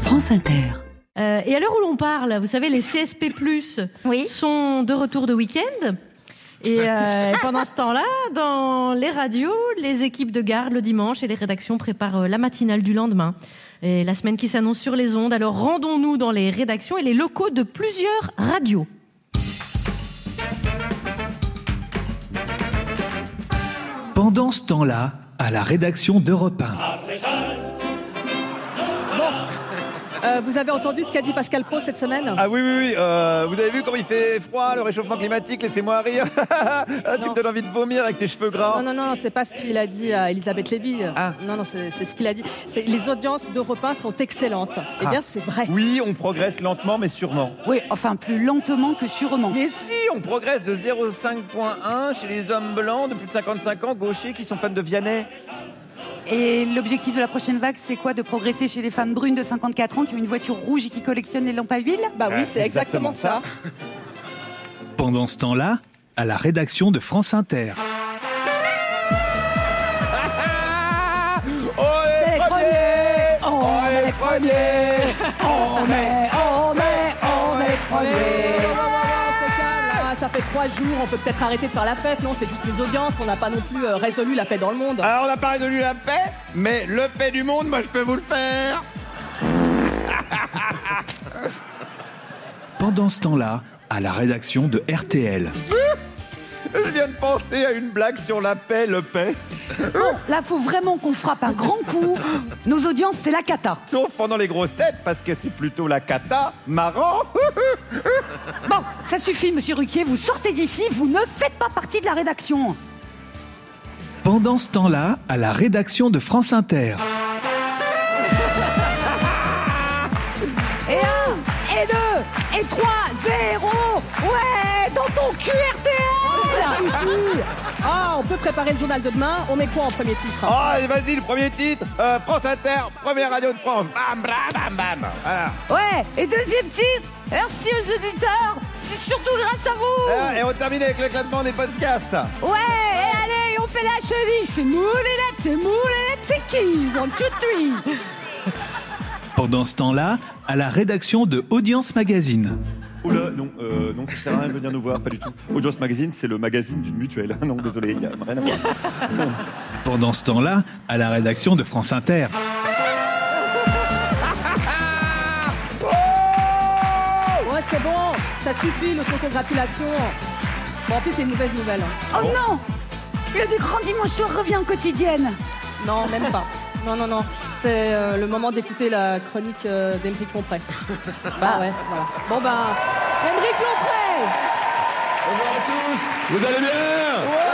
France Inter. Euh, et à l'heure où l'on parle, vous savez, les CSP+ Oui. sont de retour de week-end. Et, euh, et pendant ce temps-là, dans les radios, les équipes de garde le dimanche et les rédactions préparent euh, la matinale du lendemain. Et la semaine qui s'annonce sur les ondes, alors rendons-nous dans les rédactions et les locaux de plusieurs radios. Pendant ce temps-là, à la rédaction d'Europe 1. Euh, vous avez entendu ce qu'a dit Pascal Pro cette semaine Ah oui, oui, oui. euh, vous avez vu comment il fait froid, le réchauffement climatique, laissez-moi rire. Ah, tu me Non. donnes envie de vomir avec tes cheveux gras. Non, non, non, c'est pas ce qu'il a dit à Elisabeth Lévy. Ah. Non, non, c'est c'est ce qu'il a dit. C'est- Les audiences d'Europe 1 sont excellentes. Eh bien, c'est vrai. Oui, on progresse lentement mais sûrement. Oui, enfin plus lentement que sûrement. Mais si, on progresse de 0,5.1 chez les hommes blancs de plus de 55 ans, gauchers qui sont fans de Vianney. Et l'objectif de la prochaine vague, c'est quoi De progresser chez les femmes brunes de 54 ans qui ont une voiture rouge et qui collectionnent les lampes à huile Bah oui, Ah, c'est exactement ça. Pendant ce temps-là, à la rédaction de France Inter. On est Les premiers premiers On est les premiers On est, On est, on est Ouais, ouais, ouais, ouais, on se calme, hein. Ça fait trois jours, on peut peut-être arrêter de faire la fête. Non, c'est juste les audiences. On n'a pas non plus euh, résolu la paix dans le monde. Alors on a parlé de lui la paix, mais le paix du monde, moi je peux vous le faire Pendant ce temps-là, à la rédaction de RTL. Je viens de penser à une blague sur la paix, le paix. Oh, Là, faut vraiment qu'on frappe un grand coup. Nos audiences, c'est la cata. Sauf pendant les grosses têtes, parce que c'est plutôt la cata. Marrant Bon, ça suffit, monsieur Ruquier, vous sortez d'ici, vous ne faites pas partie de la rédaction. Pendant ce temps-là, à la rédaction de France Inter. Et un, et deux, et trois, zéro. Ouais, dans ton QRTL Ah, on peut préparer le journal de demain. On met quoi en premier titre Oh, allez, vas-y, le premier titre euh, France Inter, première radio de France Bam, bam, bam, bam Voilà. Ouais, et deuxième titre, merci aux auditeurs, c'est surtout grâce à Euh, vous. Et on termine avec l'éclatement des podcasts Ouais, et allez, on fait la chenille, c'est moule et c'est moule et c'est qui One, two, three. Pendant ce temps-là, à la rédaction de Audience Magazine. Oula, non, euh, non, ça sert à rien de venir nous voir, pas du tout. Audience Magazine, c'est le magazine d'une mutuelle. Non, désolé, il y a rien à voir. Pendant ce temps-là, à la rédaction de France Inter. Ouais, c'est bon. Ça suffit, notre congratulation. Bon, en plus, c'est une mauvaise nouvelle. hein. Oh non Le du grand dimanche soir revient en quotidienne. Non, même pas. Non, non, non. C'est euh, le moment d'écouter la chronique euh, d'Emeric Lompré. Bah ouais, voilà. Bon, bah, Emeric Lompré Bonjour à tous, vous allez bien